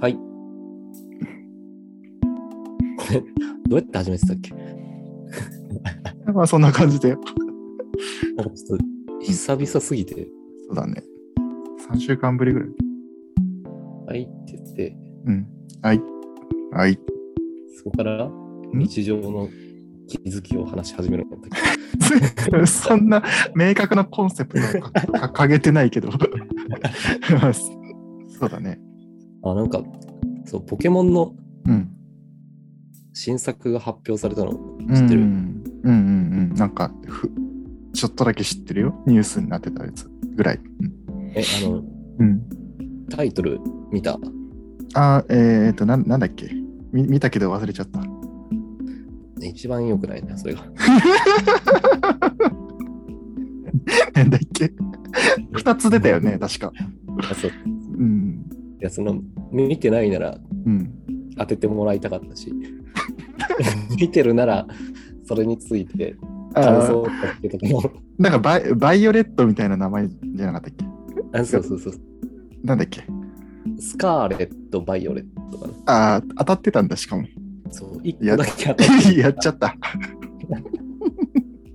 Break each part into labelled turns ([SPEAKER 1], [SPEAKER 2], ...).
[SPEAKER 1] はい。これ、どうやって始めてたっけなん
[SPEAKER 2] まあそんな感じで。そ
[SPEAKER 1] かちょっと久々すぎて、
[SPEAKER 2] うだね。3週間ぶりぐらい。
[SPEAKER 1] はいって言って、
[SPEAKER 2] うん。はい。はい。
[SPEAKER 1] そこから日常の気づきを話し始めるんだったっけ
[SPEAKER 2] そんな明確なコンセプトを か掲げてないけど。 まあそうだね。
[SPEAKER 1] あ、なんか、そう、ポケモンの
[SPEAKER 2] うん。
[SPEAKER 1] 新作が発表されたの
[SPEAKER 2] うん
[SPEAKER 1] 知ってる
[SPEAKER 2] うんうんうん。なんかふ、ちょっとだけ知ってるよ。ニュースになってたやつぐらい。
[SPEAKER 1] え、あの、
[SPEAKER 2] うん。うん、
[SPEAKER 1] タイトル見た。
[SPEAKER 2] あー、えー、っとなん、なんだっけみ見たけど忘れちゃった。
[SPEAKER 1] 一番良くないな、それが。
[SPEAKER 2] なんだっけ 二つ出たよね、確か。
[SPEAKER 1] あそうい
[SPEAKER 2] うん。
[SPEAKER 1] や、その、見てないなら
[SPEAKER 2] うん。
[SPEAKER 1] 当ててもらいたかったし、 見てるなら、それについて
[SPEAKER 2] あ
[SPEAKER 1] 感
[SPEAKER 2] ー
[SPEAKER 1] 想を書けとかも。
[SPEAKER 2] なんかバイバイオレットみたいな名前じゃなかったっけ
[SPEAKER 1] あそうそうそう。
[SPEAKER 2] なんだっけ
[SPEAKER 1] スカーレット、バイオレットかな。
[SPEAKER 2] ああ、当たってたんだ、しかも。
[SPEAKER 1] そう、一
[SPEAKER 2] いや
[SPEAKER 1] 個だけ当たっ
[SPEAKER 2] やっちゃった。
[SPEAKER 1] て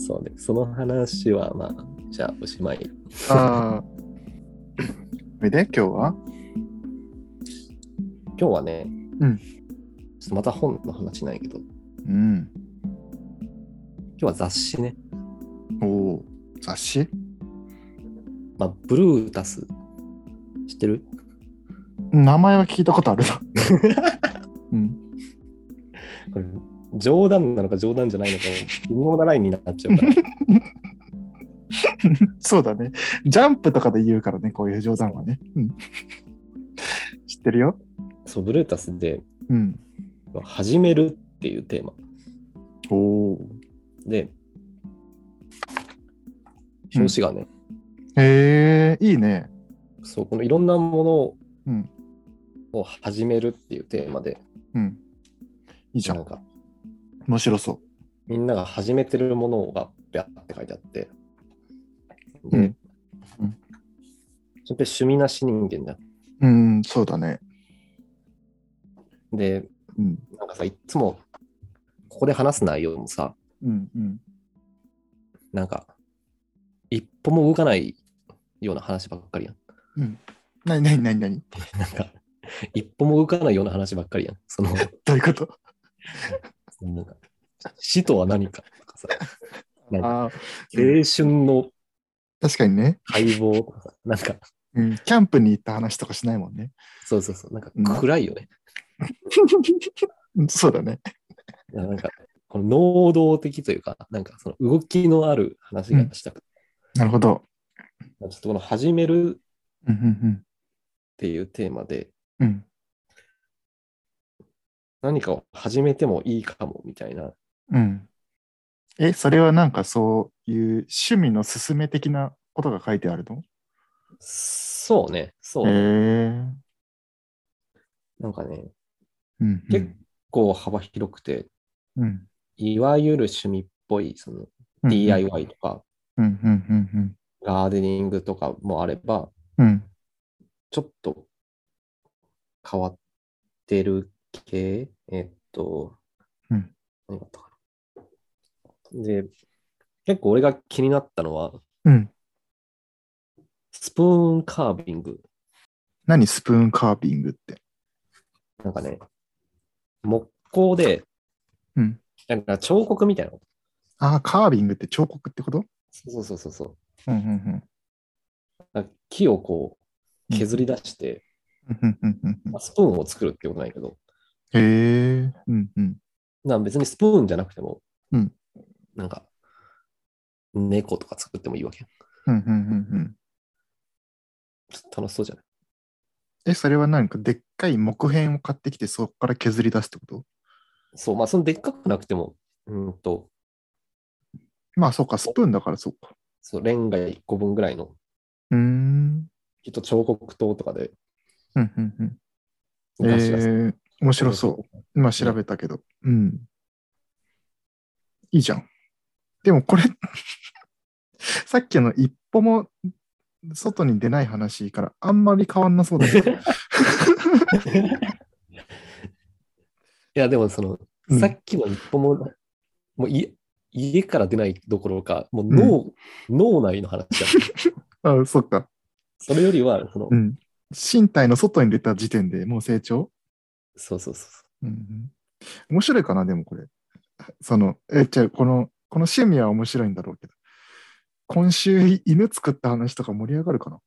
[SPEAKER 1] そうね。その話は、まあ、じゃあおしまい。
[SPEAKER 2] ああ。それ で、今日は
[SPEAKER 1] 今日はね、
[SPEAKER 2] うん
[SPEAKER 1] ちょっとまた本の話ないけど、
[SPEAKER 2] うん。
[SPEAKER 1] 今日は雑誌ね。
[SPEAKER 2] おお。雑誌
[SPEAKER 1] まあ、ブルータス、知ってる
[SPEAKER 2] 名前は聞いたことあるな。 うん。
[SPEAKER 1] これ冗談なのか冗談じゃないのか、微妙なラインになっちゃう から。
[SPEAKER 2] そうだね。ジャンプとかで言うからね、こういう冗談はね。うん。知ってるよ
[SPEAKER 1] そう、ブルータスで、
[SPEAKER 2] うん。
[SPEAKER 1] 始めるっていうテーマ。
[SPEAKER 2] おお。
[SPEAKER 1] で、表紙がね、
[SPEAKER 2] へえ、いいね。
[SPEAKER 1] そう、このいろんなも
[SPEAKER 2] うん。
[SPEAKER 1] のを始めるっていうテーマで、
[SPEAKER 2] うん。いいじゃ
[SPEAKER 1] なんん。か、
[SPEAKER 2] 面白そ
[SPEAKER 1] みんなが始めてるものが、ビャって書いてあって、で、
[SPEAKER 2] うんうん
[SPEAKER 1] それって趣味なし人間だ。
[SPEAKER 2] う。うん、そうだね。
[SPEAKER 1] で、
[SPEAKER 2] うん。
[SPEAKER 1] なんかさ、いっつも、ここで話す内容もさ、
[SPEAKER 2] うん。うん。
[SPEAKER 1] なんか、一歩も動かないような話ばっかりやん。
[SPEAKER 2] なになになになに
[SPEAKER 1] なんか、一歩も動かないような話ばっかりやん。その、
[SPEAKER 2] どういうこと
[SPEAKER 1] なんか死とは何かとかさ、なんか
[SPEAKER 2] ああ、
[SPEAKER 1] 青春の
[SPEAKER 2] 確かにね、
[SPEAKER 1] 解剖とかさ、なんか、
[SPEAKER 2] うん。キャンプに行った話とかしないもん ね。
[SPEAKER 1] そうそうそう、なんか
[SPEAKER 2] うん
[SPEAKER 1] 暗いよね。
[SPEAKER 2] うんそうだね。
[SPEAKER 1] なんか、この能動的というか、なんかその動きのある話がしたくて、
[SPEAKER 2] なるほど。
[SPEAKER 1] ちょっとこの始めるっ
[SPEAKER 2] うんうん
[SPEAKER 1] ていうテーマで、
[SPEAKER 2] うん。うん
[SPEAKER 1] 何かを始めてもいいかもみたいな、
[SPEAKER 2] うん。え、それはなんかそういう趣味の勧め的なことが書いてあるの
[SPEAKER 1] そうね、そう
[SPEAKER 2] へえ
[SPEAKER 1] ね、なんかね、
[SPEAKER 2] うんうん。
[SPEAKER 1] 結構幅広くて、
[SPEAKER 2] うん
[SPEAKER 1] いわゆる趣味っぽい、その
[SPEAKER 2] うん
[SPEAKER 1] DIY とか、
[SPEAKER 2] うんうんうん
[SPEAKER 1] ガーデニングとかもあれば、
[SPEAKER 2] うん。うん。
[SPEAKER 1] ちょっと変わってる系えっと、
[SPEAKER 2] うん
[SPEAKER 1] 何があったかな。で、結構俺が気になったのは、
[SPEAKER 2] うん。
[SPEAKER 1] スプーンカービング。
[SPEAKER 2] 何スプーンカービングって。
[SPEAKER 1] なんかね、木工で、
[SPEAKER 2] うん
[SPEAKER 1] なんか彫刻みたいなこと。
[SPEAKER 2] ああ、カービングって彫刻ってこと
[SPEAKER 1] そうそうそうそう。
[SPEAKER 2] うんうん
[SPEAKER 1] なんか木をこう削り出して、
[SPEAKER 2] うん。うんうんうんうん
[SPEAKER 1] まあスプーンを作るってことないけど、
[SPEAKER 2] へえ。うんうん。
[SPEAKER 1] なんか別にスプーンじゃなくても、
[SPEAKER 2] うん
[SPEAKER 1] なんか、猫とか作ってもいいわけ。
[SPEAKER 2] うんうんうんうん。
[SPEAKER 1] ちょっと楽しそうじゃない
[SPEAKER 2] え、それはなんかでっかい木片を買ってきてそこから削り出すってこと
[SPEAKER 1] そう、まあ、そのでっかくなくても、うんと、
[SPEAKER 2] まあそうか、スプーンだからそうか。
[SPEAKER 1] そうレンガ1個分ぐらいの、
[SPEAKER 2] うーん。
[SPEAKER 1] きっと彫刻刀とかで、
[SPEAKER 2] うんうんうん。え
[SPEAKER 1] 昔はそう
[SPEAKER 2] ー、面白そう。今調べたけど。うん。 いいじゃん。でもこれ、さっきの一歩も外に出ない話からあんまり変わんなそうだけど。
[SPEAKER 1] いや、でもその、
[SPEAKER 2] うん
[SPEAKER 1] さっきの一歩も、もう家家から出ないどころか、もう脳、脳内の話だ。
[SPEAKER 2] あそっか。
[SPEAKER 1] それよりは、その、
[SPEAKER 2] うん。身体の外に出た時点でもう成長
[SPEAKER 1] そうそうそうそ
[SPEAKER 2] うんうん、面白いかな、でもこれ。その、え、じゃあこの、この趣味は面白いんだろうけど。今週、犬作った話とか盛り上がるかな
[SPEAKER 1] う。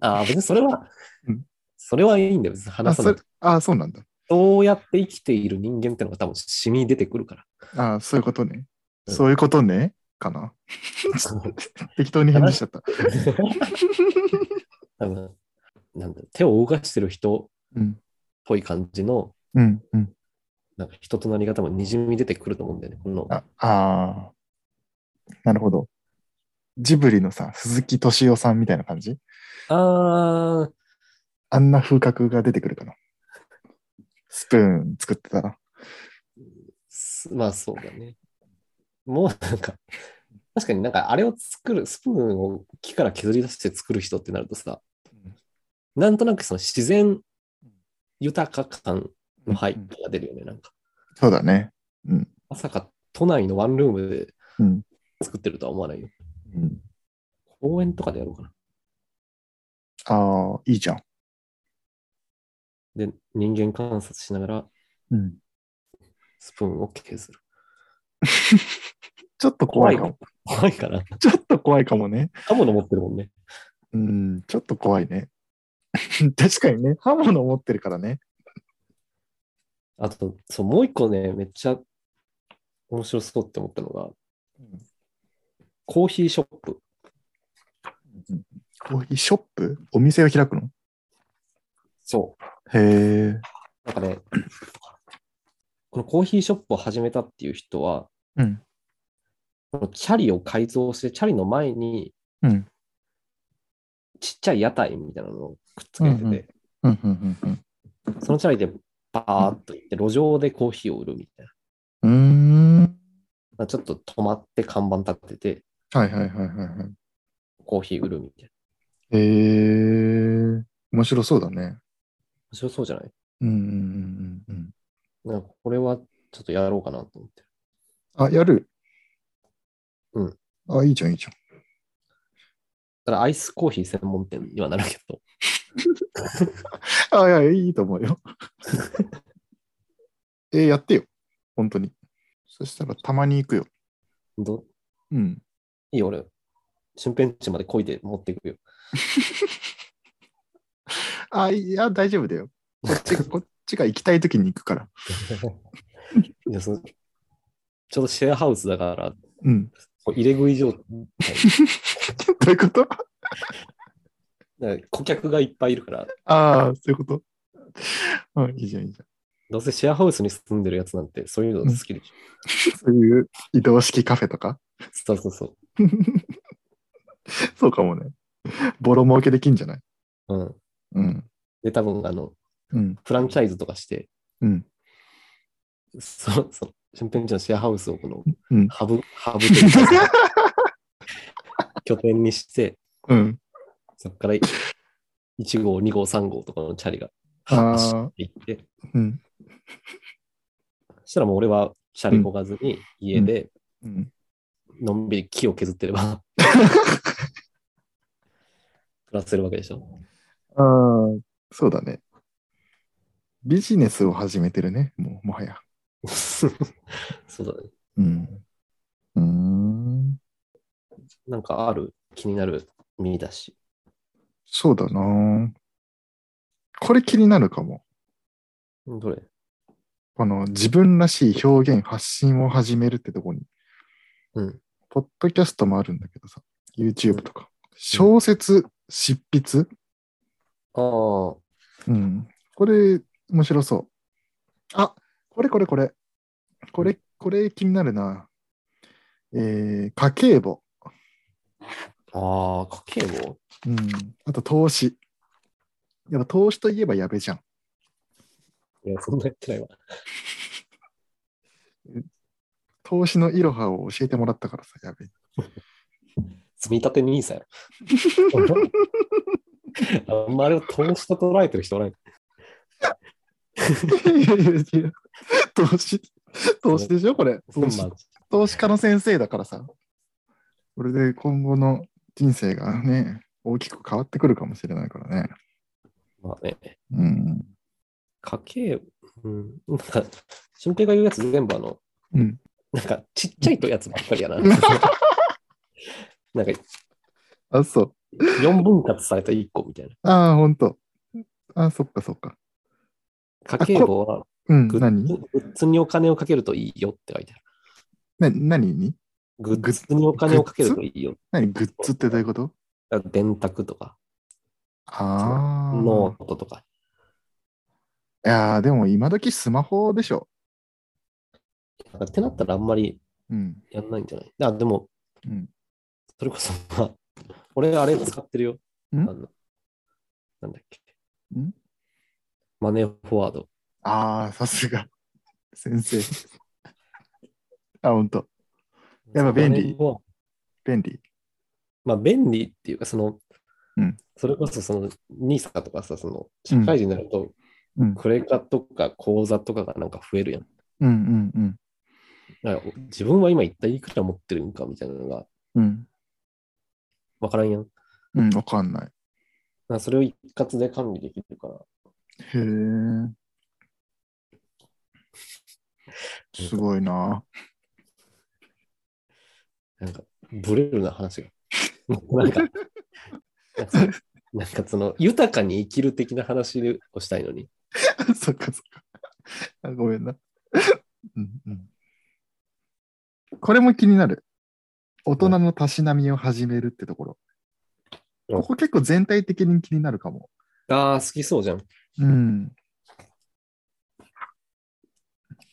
[SPEAKER 1] ああ、別にそれは、
[SPEAKER 2] うん
[SPEAKER 1] それはいいんだよ。別に
[SPEAKER 2] あ
[SPEAKER 1] 話さ
[SPEAKER 2] そ
[SPEAKER 1] な
[SPEAKER 2] れ
[SPEAKER 1] くて。
[SPEAKER 2] あ、そうなんだ。
[SPEAKER 1] そうやって生きている人間ってのが多分染み出てくるから。
[SPEAKER 2] あそういうことね。
[SPEAKER 1] うん
[SPEAKER 2] そういうことねかな適当に返事しちゃった。
[SPEAKER 1] 多分なんだろう手を動かしてる人っ
[SPEAKER 2] うん。
[SPEAKER 1] ぽい感じの、
[SPEAKER 2] うん。うん。
[SPEAKER 1] なんか人となり方もにじみ出てくると思うんだよね。この
[SPEAKER 2] ああー。なるほど。ジブリのさ、鈴木敏夫さんみたいな感じ
[SPEAKER 1] あー
[SPEAKER 2] あんな風格が出てくるかな。スプーン作ってたら。
[SPEAKER 1] すまあそうだね。もうなんか、確かになんかあれを作る、スプーンを木から削り出して作る人ってなるとさ、なんとなくその自然豊か感の背
[SPEAKER 2] うん
[SPEAKER 1] 景が出るよね。なんか、
[SPEAKER 2] そうだね。うん。
[SPEAKER 1] まさか都内のワンルームで
[SPEAKER 2] うん
[SPEAKER 1] 作ってるとは思わないよ。
[SPEAKER 2] うん
[SPEAKER 1] 公園とかでやろうかな。
[SPEAKER 2] ああ、いいじゃん。
[SPEAKER 1] で、人間観察しながら
[SPEAKER 2] うん。
[SPEAKER 1] スプーンを削る。
[SPEAKER 2] ちょっと怖いかも。
[SPEAKER 1] 怖いかな。
[SPEAKER 2] ちょっと怖いかもね。
[SPEAKER 1] 刃物持ってるもんね。
[SPEAKER 2] うん、ちょっと怖いね。 確かにね、刃物持ってるからね。
[SPEAKER 1] あと、そう、もう一個ね、めっちゃ面白そうって思ったのが、コーヒーショップ。
[SPEAKER 2] うんコーヒーショップお店を開くの
[SPEAKER 1] そう。
[SPEAKER 2] へえ。
[SPEAKER 1] なんかね、このコーヒーショップを始めたっていう人は、
[SPEAKER 2] うん。
[SPEAKER 1] このチャリを改造して、チャリの前に
[SPEAKER 2] うん。
[SPEAKER 1] ちっちゃい屋台みたいなのをくっつけてて、
[SPEAKER 2] うんうん。うん。うん
[SPEAKER 1] そのチャリでバーっと行って、路上でコーヒーを売るみたいな。
[SPEAKER 2] うん。うーん。
[SPEAKER 1] まあちょっと止まって看板立ってて、
[SPEAKER 2] はいはいはいはいはい。
[SPEAKER 1] コーヒー売るみたいな。
[SPEAKER 2] へえ。面白そうだね。
[SPEAKER 1] 面白そうじゃない
[SPEAKER 2] うんうんうんうんうん。
[SPEAKER 1] なんかこれはちょっとやろうかなと思って。
[SPEAKER 2] あ、やる
[SPEAKER 1] うん。
[SPEAKER 2] あ、いいじゃんいいじゃん。
[SPEAKER 1] ただアイスコーヒー専門店にはなるけど、
[SPEAKER 2] あ、いや、いいと思うよ。えーやってよ。本当に。そしたらたまに行くよ。
[SPEAKER 1] どう
[SPEAKER 2] うん。
[SPEAKER 1] いいよ、俺、新天地までこいで持っていくよ。
[SPEAKER 2] あ、いや、大丈夫だよ。こっち が、こっちが行きたいときに行くから。
[SPEAKER 1] いやそのちょうどシェアハウスだから、
[SPEAKER 2] うん。
[SPEAKER 1] こう入れ食い状態。
[SPEAKER 2] どういうこと
[SPEAKER 1] だから顧客がいっぱいいるから、
[SPEAKER 2] ああ、そういうこと。うん、いいじゃん、いいじ
[SPEAKER 1] どうせシェアハウスに住んでるやつなんて、そういうの好きでしょ。
[SPEAKER 2] ゃん。そういう移動式カフェとか。
[SPEAKER 1] そうそうそ。
[SPEAKER 2] そうかもね。ボロ儲けできんじゃないう
[SPEAKER 1] うん。
[SPEAKER 2] うん。
[SPEAKER 1] で、多分、あの、
[SPEAKER 2] うん。
[SPEAKER 1] フランチャイズとかして、
[SPEAKER 2] うん。
[SPEAKER 1] そその新天地のシェアハウスをこの
[SPEAKER 2] うん。
[SPEAKER 1] ハブ、ハブというか 拠点にして、
[SPEAKER 2] うん。
[SPEAKER 1] そこから1号、2号、3号とかのチャリが
[SPEAKER 2] あー
[SPEAKER 1] 走っていって、
[SPEAKER 2] うん。
[SPEAKER 1] そしたらもう俺はシャリこがずに家で
[SPEAKER 2] うん。
[SPEAKER 1] のんびり木を削ってれば、 暮らせるわけでしょ。
[SPEAKER 2] ああ、そうだね。ビジネスを始めてるね、もう、もはや。
[SPEAKER 1] そうだね。
[SPEAKER 2] うん。うーん。
[SPEAKER 1] なんかある気になる見出し。
[SPEAKER 2] そうだな。これ気になるかも。
[SPEAKER 1] どれ
[SPEAKER 2] この自分らしい表現、発信を始めるってとこに、
[SPEAKER 1] うん。
[SPEAKER 2] ポッドキャストもあるんだけどさ、YouTube とか、小説、執筆、
[SPEAKER 1] ああ、
[SPEAKER 2] うん。これ、面白そう。あ、これこれこれ。これ、これ気になるな。えー、家計簿。
[SPEAKER 1] ああ、家計簿
[SPEAKER 2] うん。あと投資。やっぱ投資といえばやべじゃん。
[SPEAKER 1] いや、そんなやってないわ。
[SPEAKER 2] 投資のイロハを教えてもらったからさ、やべ。
[SPEAKER 1] 積み立て NISA やろ。あんまあれを投資と捉えてる人おらん。
[SPEAKER 2] いやいやいや投資、投資でしょ、これ。投資
[SPEAKER 1] まあ
[SPEAKER 2] 投資家の先生だからさ。これで今後の人生がね、大きく変わってくるかもしれないからね。
[SPEAKER 1] まあね、
[SPEAKER 2] うん。
[SPEAKER 1] 家計、うん、なんか、俊平が言うやつ全部あの、
[SPEAKER 2] うん。
[SPEAKER 1] なんかちっちゃいとやつばっかりやな。なんか
[SPEAKER 2] あ、そう。
[SPEAKER 1] 4分割された1個みたいな。
[SPEAKER 2] ああ、ほんと。あそっかそっか。
[SPEAKER 1] 家計簿は
[SPEAKER 2] うん、
[SPEAKER 1] グッ
[SPEAKER 2] 何
[SPEAKER 1] ズグッズにお金をかけるといいよって書いてある。
[SPEAKER 2] な何に
[SPEAKER 1] グ
[SPEAKER 2] グ
[SPEAKER 1] ッ
[SPEAKER 2] ッズ
[SPEAKER 1] ズにお金をかけるといいよ。
[SPEAKER 2] 何グッズってどういうこと
[SPEAKER 1] だから電卓とか、
[SPEAKER 2] ああ。
[SPEAKER 1] ノートとか。
[SPEAKER 2] いやーでも今時スマホでしょ。
[SPEAKER 1] なんかってなったらあんまり
[SPEAKER 2] うん。
[SPEAKER 1] やんないんじゃないあでも、
[SPEAKER 2] うん
[SPEAKER 1] それこそ、まあ、俺あれ使ってるよ。
[SPEAKER 2] ん
[SPEAKER 1] あのなんだっけ。
[SPEAKER 2] ん
[SPEAKER 1] マネーフォワード。
[SPEAKER 2] ああ、さすが。先生。 あ、ほんと。やっぱ便
[SPEAKER 1] マネ
[SPEAKER 2] 利
[SPEAKER 1] ーフォワード
[SPEAKER 2] 便利。
[SPEAKER 1] まあ便利っていうか、その、
[SPEAKER 2] うん
[SPEAKER 1] それこそその NISA とかさ、その社会人になると、
[SPEAKER 2] うん。
[SPEAKER 1] クレカとか口座とかがなんか増えるやん。
[SPEAKER 2] うんうん
[SPEAKER 1] だから自分は今一体いくら持ってるんかみたいなのが
[SPEAKER 2] うん。うん。
[SPEAKER 1] 分からんやん。だか
[SPEAKER 2] うん、わかんない。
[SPEAKER 1] らそれを一括で管理できるから、
[SPEAKER 2] へえ。すごいな。
[SPEAKER 1] なんかブレるな 話が。なんか、なんかなんかその豊かに生きる的な話をしたいのに、
[SPEAKER 2] そっかそっか。あごめんな。 うんうん。これも気になる。大人のたしなみを始めるってとこ
[SPEAKER 1] う
[SPEAKER 2] ろ。
[SPEAKER 1] ん
[SPEAKER 2] ここ結構全体的に気になるかも。
[SPEAKER 1] ああ、好きそうじゃん。
[SPEAKER 2] うん。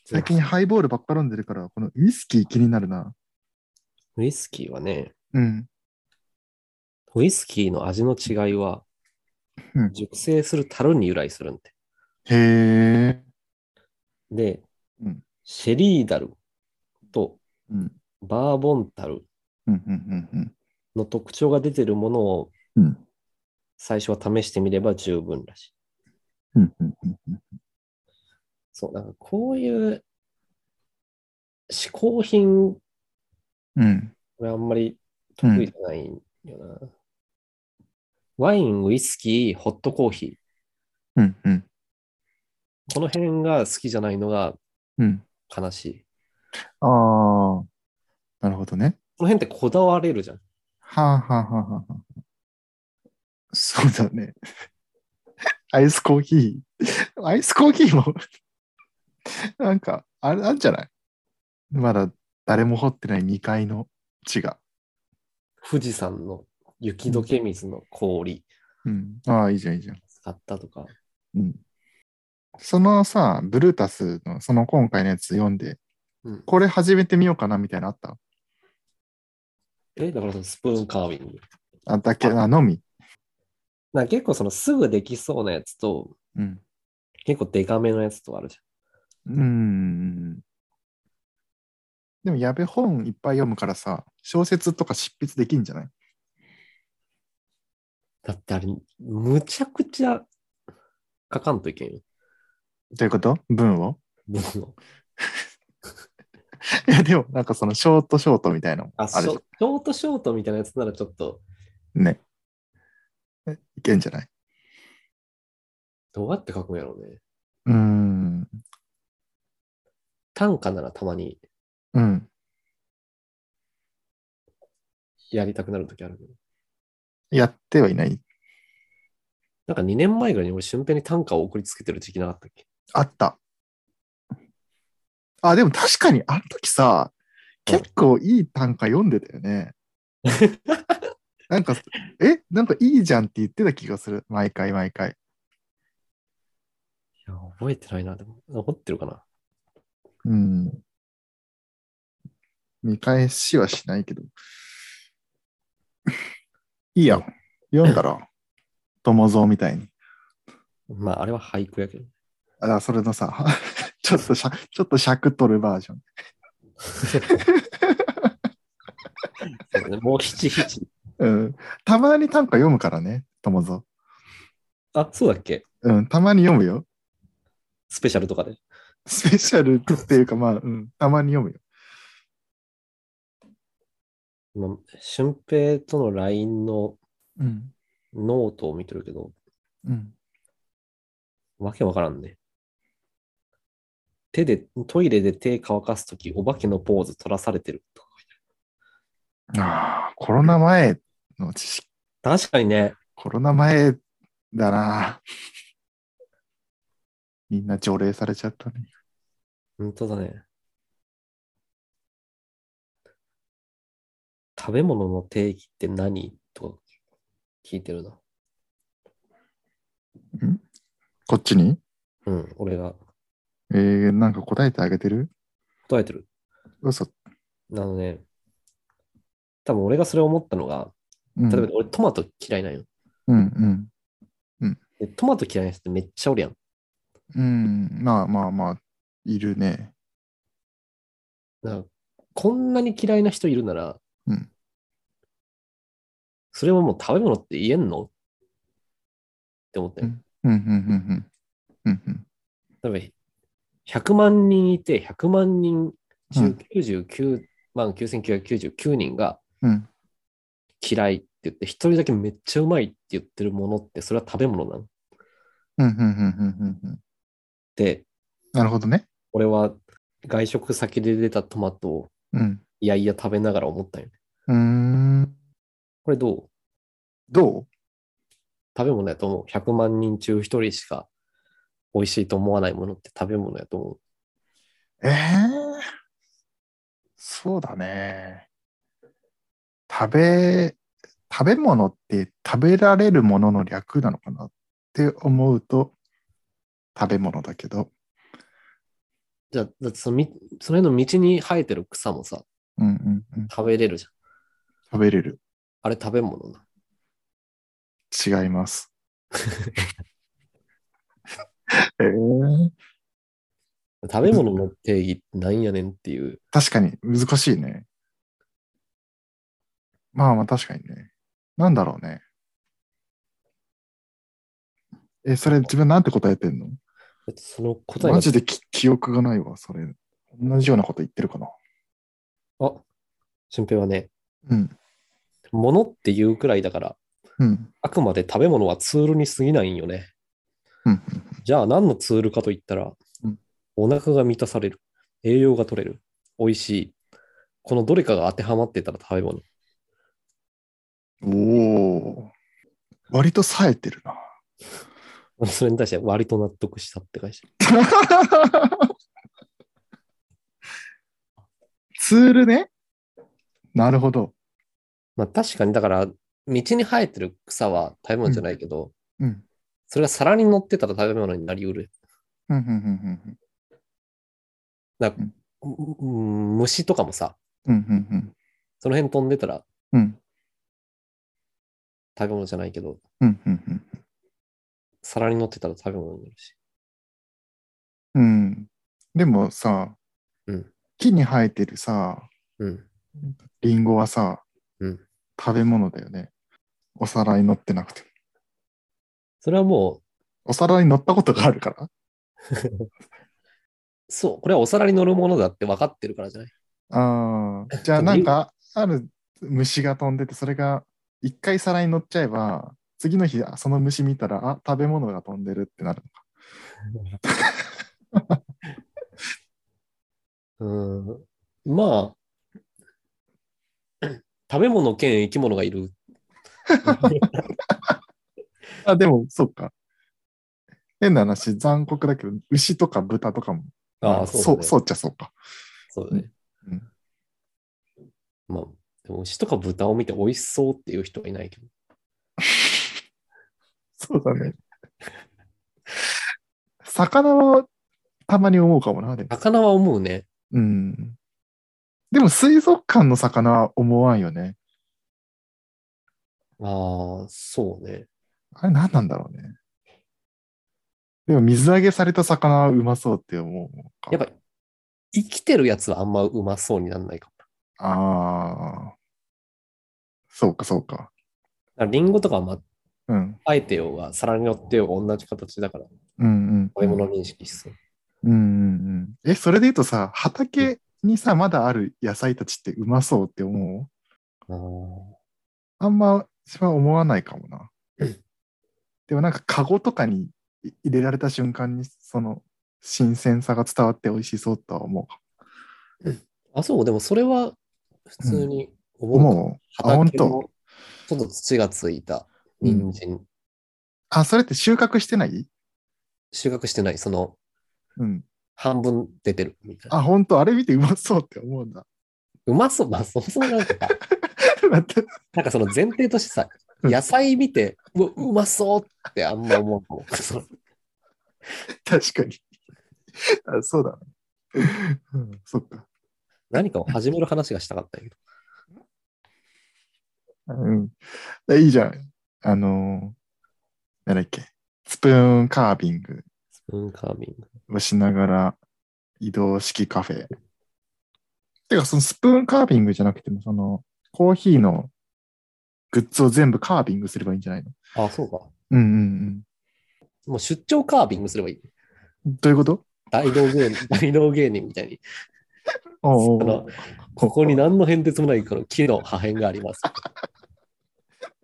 [SPEAKER 2] 最近ハイボールばっか飲んでるから、このウイスキー気になるな。
[SPEAKER 1] ウイスキーはね、
[SPEAKER 2] うん。
[SPEAKER 1] ウイスキーの味の違いは
[SPEAKER 2] うん、
[SPEAKER 1] 熟成する樽に由来するんで。
[SPEAKER 2] へえ。
[SPEAKER 1] で、
[SPEAKER 2] うん
[SPEAKER 1] シェリーダルと
[SPEAKER 2] うん。
[SPEAKER 1] バーボンタル
[SPEAKER 2] うんうんうん
[SPEAKER 1] の特徴が出てるものを
[SPEAKER 2] うん。うん
[SPEAKER 1] 最初は試してみれば十分らしい。
[SPEAKER 2] うんうんうんうん。
[SPEAKER 1] そう、なんかこういう嗜好品、
[SPEAKER 2] うん。
[SPEAKER 1] これあんまり得意じゃないんよな。ワイン、ウイスキー、ホットコーヒ
[SPEAKER 2] うんうん
[SPEAKER 1] ー。この辺が好きじゃないのが
[SPEAKER 2] うん。
[SPEAKER 1] 悲しい。
[SPEAKER 2] ああ。なるほどね。
[SPEAKER 1] この辺ってこだわれるじゃん。
[SPEAKER 2] はあはあはあはあはあ。そうだね。アイスコーヒー。アイスコーヒーも、なんか、あれ、あんじゃないまだ誰も掘ってない未開の地が。
[SPEAKER 1] 富士山の雪解け水の氷
[SPEAKER 2] うん。ああ、いいじゃん、いいじゃん。
[SPEAKER 1] 使ったとか。
[SPEAKER 2] うん。そのさ、ブルータスの、その今回のやつ読んで、
[SPEAKER 1] うん
[SPEAKER 2] これ始めてみようかなみたいなのあった
[SPEAKER 1] え、だからそのスプーンカービング。
[SPEAKER 2] あ、だけ、あ、のみ。
[SPEAKER 1] なんか結構そのすぐできそうなやつと、
[SPEAKER 2] うん。
[SPEAKER 1] 結構デカめのやつとあるじ
[SPEAKER 2] うん。でも、やべ、本いっぱい読むからさ、小説とか執筆できんじゃない
[SPEAKER 1] ゃん。だってあれ、むちゃくちゃ書かんといけんよ。
[SPEAKER 2] どういうこと文を
[SPEAKER 1] 文を
[SPEAKER 2] いや、でも、なんかその、ショートショートみたいなのも
[SPEAKER 1] あ
[SPEAKER 2] あ
[SPEAKER 1] シ
[SPEAKER 2] る
[SPEAKER 1] ョ、ショートショートみたいなやつならちょっと、
[SPEAKER 2] ね。えいけんじゃない
[SPEAKER 1] どうやって書くんやろうね。
[SPEAKER 2] うん。
[SPEAKER 1] 短歌ならたまに
[SPEAKER 2] うん。
[SPEAKER 1] やりたくなるときあるけど。
[SPEAKER 2] やってはいない。
[SPEAKER 1] なんか2年前ぐらいに俺、俊平に短歌を送りつけてる時期なかったっけ
[SPEAKER 2] あった。あ、でも確かにあの時さ、結構いい短歌読んでたよね。なんか、え、なんかいいじゃんって言ってた気がする。毎回毎回。
[SPEAKER 1] いや、覚えてないな。でも、残ってるかな。
[SPEAKER 2] うん。見返しはしないけ ど。いいやん。読んだら、 友蔵みたいに。
[SPEAKER 1] まあ、あれは俳句やけど。
[SPEAKER 2] あ、だからそれのさ、 ちょっとしゃ、ちょっと尺取るバージョン。
[SPEAKER 1] そうねもう七七。
[SPEAKER 2] うん。たまに短歌読むからね、友蔵。
[SPEAKER 1] あ、そうだっけ
[SPEAKER 2] うん、たまに読むよ。
[SPEAKER 1] スペシャルとかで。
[SPEAKER 2] スペシャルっていうか、まあ、うん、たまに読むよ。
[SPEAKER 1] まあ、俊平との LINE の
[SPEAKER 2] うん。
[SPEAKER 1] ノートを見てるけど、
[SPEAKER 2] うん。
[SPEAKER 1] わけわからんね。手で、トイレで手乾かすとき、お化けのポーズ取らされてるとか。
[SPEAKER 2] ああ、コロナ前の知識、
[SPEAKER 1] 確かにね、
[SPEAKER 2] コロナ前だな。みんな除霊されちゃったね。
[SPEAKER 1] 本当だね。食べ物の定義って何とか聞いてるな。
[SPEAKER 2] こっちに
[SPEAKER 1] うん、俺が
[SPEAKER 2] えー、なんか答えてあげてる
[SPEAKER 1] 答えてる。
[SPEAKER 2] 嘘。
[SPEAKER 1] あのね、多分俺がそれを思ったのが、
[SPEAKER 2] うん、
[SPEAKER 1] 例えば俺トマト嫌いなんよ。
[SPEAKER 2] うん
[SPEAKER 1] でトマト嫌いな人ってめっちゃおるやん。
[SPEAKER 2] うん。うん、まあまあまあ、いるね。
[SPEAKER 1] だからこんなに嫌いな人いるなら、
[SPEAKER 2] うん
[SPEAKER 1] それをもう食べ物って言えんのって思ったよ。
[SPEAKER 2] うん、うん、うん、うん。うん、うん。
[SPEAKER 1] 例えば、100万人いて、100万人中99万9999人が
[SPEAKER 2] うん
[SPEAKER 1] 嫌いって言って、一人だけめっちゃうまいって言ってるものって、それは食べ物なのっ
[SPEAKER 2] うん、うん、うん、うん。
[SPEAKER 1] て、
[SPEAKER 2] なるほどね。
[SPEAKER 1] 俺は外食先で出たトマトを
[SPEAKER 2] うん。
[SPEAKER 1] いやいや食べながら思ったよね。
[SPEAKER 2] うーん。
[SPEAKER 1] これどう
[SPEAKER 2] どう
[SPEAKER 1] 食べ物やと思う。100万人中1人しか美味しいと思わないものって食べ物やと思う。
[SPEAKER 2] ええそうだね。食べ、食べ物って食べられるものの略なのかなって思うと食べ物だけど。
[SPEAKER 1] じゃあ、だってそのみそれの道に生えてる草もさ、
[SPEAKER 2] うんうんうん。
[SPEAKER 1] 食べれるじゃん。
[SPEAKER 2] 食べれる。
[SPEAKER 1] あれ食べ物な。
[SPEAKER 2] 違います。 えー
[SPEAKER 1] 食べ物の定義ってなんやねんっていう。
[SPEAKER 2] 確かに難しいね。まあまあ確かにね。なんだろうね。え、それ自分なんて答えてんの
[SPEAKER 1] だってその答えが
[SPEAKER 2] マジでき記憶がないわ、それ。同じようなこと言ってるかな。
[SPEAKER 1] あ、俊平はね、
[SPEAKER 2] うん。
[SPEAKER 1] 物っていうくらいだから、
[SPEAKER 2] うん。
[SPEAKER 1] あくまで食べ物はツールに過ぎないんよね。
[SPEAKER 2] うん。
[SPEAKER 1] じゃあ何のツールかといったら、
[SPEAKER 2] うん
[SPEAKER 1] お腹が満たされる、栄養が取れる、美味しい。このどれかが当てはまってたら食べ物。
[SPEAKER 2] おお。割と冴えて るな。
[SPEAKER 1] それに対して割と納得したって会社。
[SPEAKER 2] ツールね。なるほど。
[SPEAKER 1] まあ確かに、だから、道に生えてる草は食べ物じゃないけど、
[SPEAKER 2] うん。
[SPEAKER 1] それが皿に乗ってたら食べ物になりうる。
[SPEAKER 2] うん。うん。うん
[SPEAKER 1] だからううん虫とかもさ、
[SPEAKER 2] うん。うん。うん
[SPEAKER 1] その辺飛んでたら
[SPEAKER 2] うん。
[SPEAKER 1] 食べ物じゃないけど、
[SPEAKER 2] うん。うん。
[SPEAKER 1] 皿に乗ってたら食べ物になるし。
[SPEAKER 2] うん。うん。でもさ、
[SPEAKER 1] うん
[SPEAKER 2] 木に生えてるさ、
[SPEAKER 1] うん。
[SPEAKER 2] リンゴはさ、
[SPEAKER 1] うん
[SPEAKER 2] 食べ物だよね。お皿に乗ってなくても。
[SPEAKER 1] それはも
[SPEAKER 2] お皿に乗ったことがあるから。
[SPEAKER 1] う、そう、これはお皿に乗るものだって分かってるからじゃない。
[SPEAKER 2] ああ、じゃあなんか、ある虫が飛んでて、それが一回皿に乗っちゃえば、次の日、あその虫見たら、あ、食べ物が飛んでるってなる
[SPEAKER 1] うん。まあ、 食べ物兼生き物がい る。
[SPEAKER 2] あ、でも、そっか。変な話、残酷だけど、牛とか豚とかも、
[SPEAKER 1] ああ、
[SPEAKER 2] そ、
[SPEAKER 1] そううだね。
[SPEAKER 2] そうっちゃそうか。
[SPEAKER 1] そうだね。
[SPEAKER 2] うん
[SPEAKER 1] まあ、でも牛とか豚を見て美味しそうっていう人はいないけど。
[SPEAKER 2] そうだね。魚はたまに思うかもな、でも。
[SPEAKER 1] 魚は思うね。
[SPEAKER 2] うん。でも、水族館の魚は思わんよね。
[SPEAKER 1] ああ、そうね。
[SPEAKER 2] あれ何なんだろうね。でも水揚げされた魚はうまそうって思うか。
[SPEAKER 1] やっぱ、生きてるやつはあんまうまそうにならないかも。
[SPEAKER 2] ああ。そうか、そうか。
[SPEAKER 1] だからリンゴとかは、まあ、
[SPEAKER 2] うん。
[SPEAKER 1] あえてようが、皿によってようが同じ形だから、食
[SPEAKER 2] うんうん。
[SPEAKER 1] べ物認識しそう。
[SPEAKER 2] うんうんうん。え、それで言うとさ、畑にさ、まだある野菜たちってうまそうって思う
[SPEAKER 1] あ
[SPEAKER 2] あんま、それは思わないかもな
[SPEAKER 1] うん。
[SPEAKER 2] でもなんか、カゴとかに入れられた瞬間に、その、新鮮さが伝わって美味しそうとは思
[SPEAKER 1] ーあ、そう、でもそれは普通に
[SPEAKER 2] う。
[SPEAKER 1] 思うかも。
[SPEAKER 2] 思うあ、本
[SPEAKER 1] 畑
[SPEAKER 2] 当。
[SPEAKER 1] のちょっと土がついた人参、
[SPEAKER 2] あ、それって収穫してない
[SPEAKER 1] 収穫してない、その
[SPEAKER 2] うん。
[SPEAKER 1] 半分出てるみたいな。
[SPEAKER 2] あ、本当あれ見てうまそうって思 うんだ。
[SPEAKER 1] うまそう、まあ、そもそもなんか さ、
[SPEAKER 2] だって
[SPEAKER 1] なんかその前提としてさ、
[SPEAKER 2] うん
[SPEAKER 1] 野菜見て、うわうまそうってあんま思うかもそう
[SPEAKER 2] 確かに。あそうだね。うん、そっか。
[SPEAKER 1] 何かを始める話がしたかったんやけど。
[SPEAKER 2] うん。いいじゃん。あのーなんだっけ。スプーンカービング
[SPEAKER 1] スプーンカービング。
[SPEAKER 2] をしながら移動式カフェ。てか、そのスプーンカービングじゃなくても、その、コーヒーのグッズを全部カービングすればいいんじゃないの
[SPEAKER 1] あそうか。
[SPEAKER 2] うんうん
[SPEAKER 1] もう出張カービングすればいい。
[SPEAKER 2] うん。どういうこと
[SPEAKER 1] 大道芸人、大道芸人みたいに。
[SPEAKER 2] おうおうおう
[SPEAKER 1] そのここに何の変哲もないこの木の破片があります。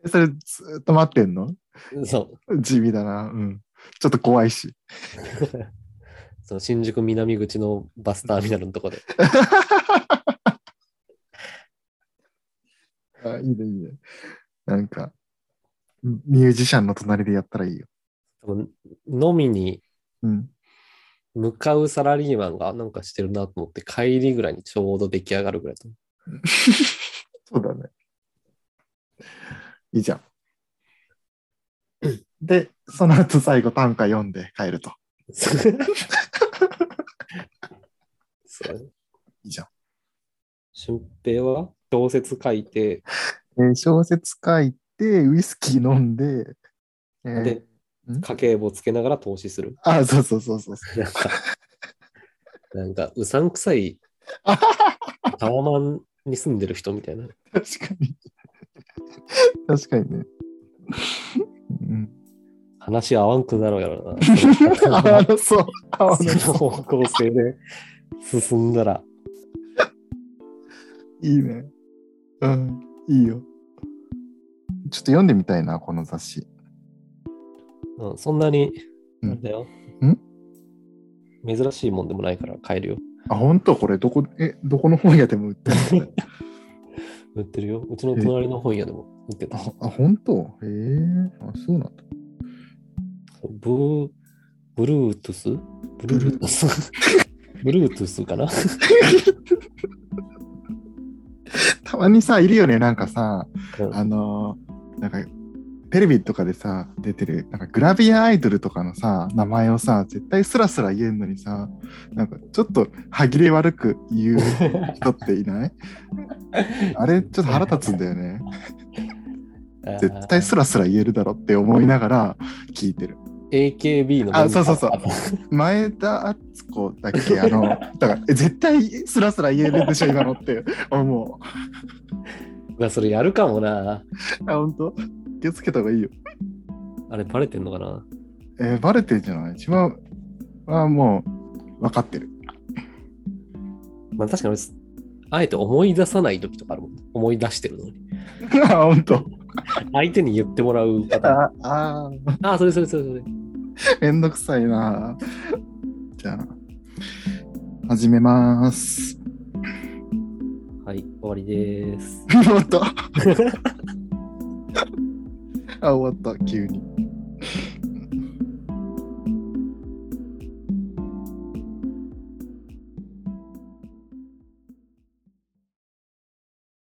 [SPEAKER 2] えそれずっと待ってんの
[SPEAKER 1] そう。
[SPEAKER 2] 地味だな。うん。ちょっと怖いし。
[SPEAKER 1] その新宿南口のバスターミナルのとこで。
[SPEAKER 2] あ、いいね、いいね。なんか、ミュージシャンの隣でやったらいいよ。
[SPEAKER 1] 多分飲みに
[SPEAKER 2] うん。
[SPEAKER 1] 向かうサラリーマンがなんかしてるなと思って、帰りぐらいにちょうど出来上がるぐらいだと思
[SPEAKER 2] そうだね。いいじゃん。で、その後最後短歌読んで帰ると。
[SPEAKER 1] う。 そう
[SPEAKER 2] いいじゃん。
[SPEAKER 1] 俊平は小説書いて、
[SPEAKER 2] えー小説書いて、ウイスキー飲んで、えー
[SPEAKER 1] で
[SPEAKER 2] ん、
[SPEAKER 1] 家計簿つけながら投資する。
[SPEAKER 2] あ、そうそうそうそう。
[SPEAKER 1] なんか、なんか、うさんくさい、タワマンに住んでる人みたいな。
[SPEAKER 2] 確かに。確かにね。うん。
[SPEAKER 1] 話合わんくなるやろな。
[SPEAKER 2] あの、そう。あの
[SPEAKER 1] その方向性で進んだら、
[SPEAKER 2] いいね。うん、いいよ。ちょっと読んでみたいな、この雑誌。
[SPEAKER 1] うん、そんなに、
[SPEAKER 2] うん
[SPEAKER 1] なんだよ。
[SPEAKER 2] ん
[SPEAKER 1] 珍しいもんでもないから買えるよ。
[SPEAKER 2] あ、本当これ、どこ、え、どこの本屋でも売ってるの
[SPEAKER 1] 売ってるよ。うちの隣の本屋でも売ってた。
[SPEAKER 2] あ、あ本当へえあ、そうなんだ。
[SPEAKER 1] ブー、ブルートゥスブルートゥスブルートゥスかな
[SPEAKER 2] たまにさ、いるよね、なんかさ、
[SPEAKER 1] うん
[SPEAKER 2] あのーなんか、テレビとかでさ、出てる、なんかグラビアアイドルとかのさ、名前をさ、絶対スラスラ言えんのにさ、なんかちょっと歯切れ悪く 言う人っていないあれ、ちょっと腹立つんだよね。絶対スラスラ言えるだろって思いながら聞いてる。
[SPEAKER 1] AKB のメンバー
[SPEAKER 2] あそうそうそう前田敦子だっけあの、だからえ絶対スラスラ言えるでしょ、今のって思う。
[SPEAKER 1] うわそれやるかもな。
[SPEAKER 2] あ、本当気をつけた方がいいよ。
[SPEAKER 1] あれ、バレてんのかな
[SPEAKER 2] えーバレてるんじゃない一番はもう分かってる。
[SPEAKER 1] まあ確かに、あえて思い出さない時とかあるもん。思い出してるのに。
[SPEAKER 2] あ、本当
[SPEAKER 1] 相手に言ってもらうパターン。
[SPEAKER 2] ああー、
[SPEAKER 1] ああ、それそれそれそれ。
[SPEAKER 2] めんどくさいな。じゃあ、始めます。
[SPEAKER 1] はい、終わりです。
[SPEAKER 2] 終わった。あ、終わった、急に。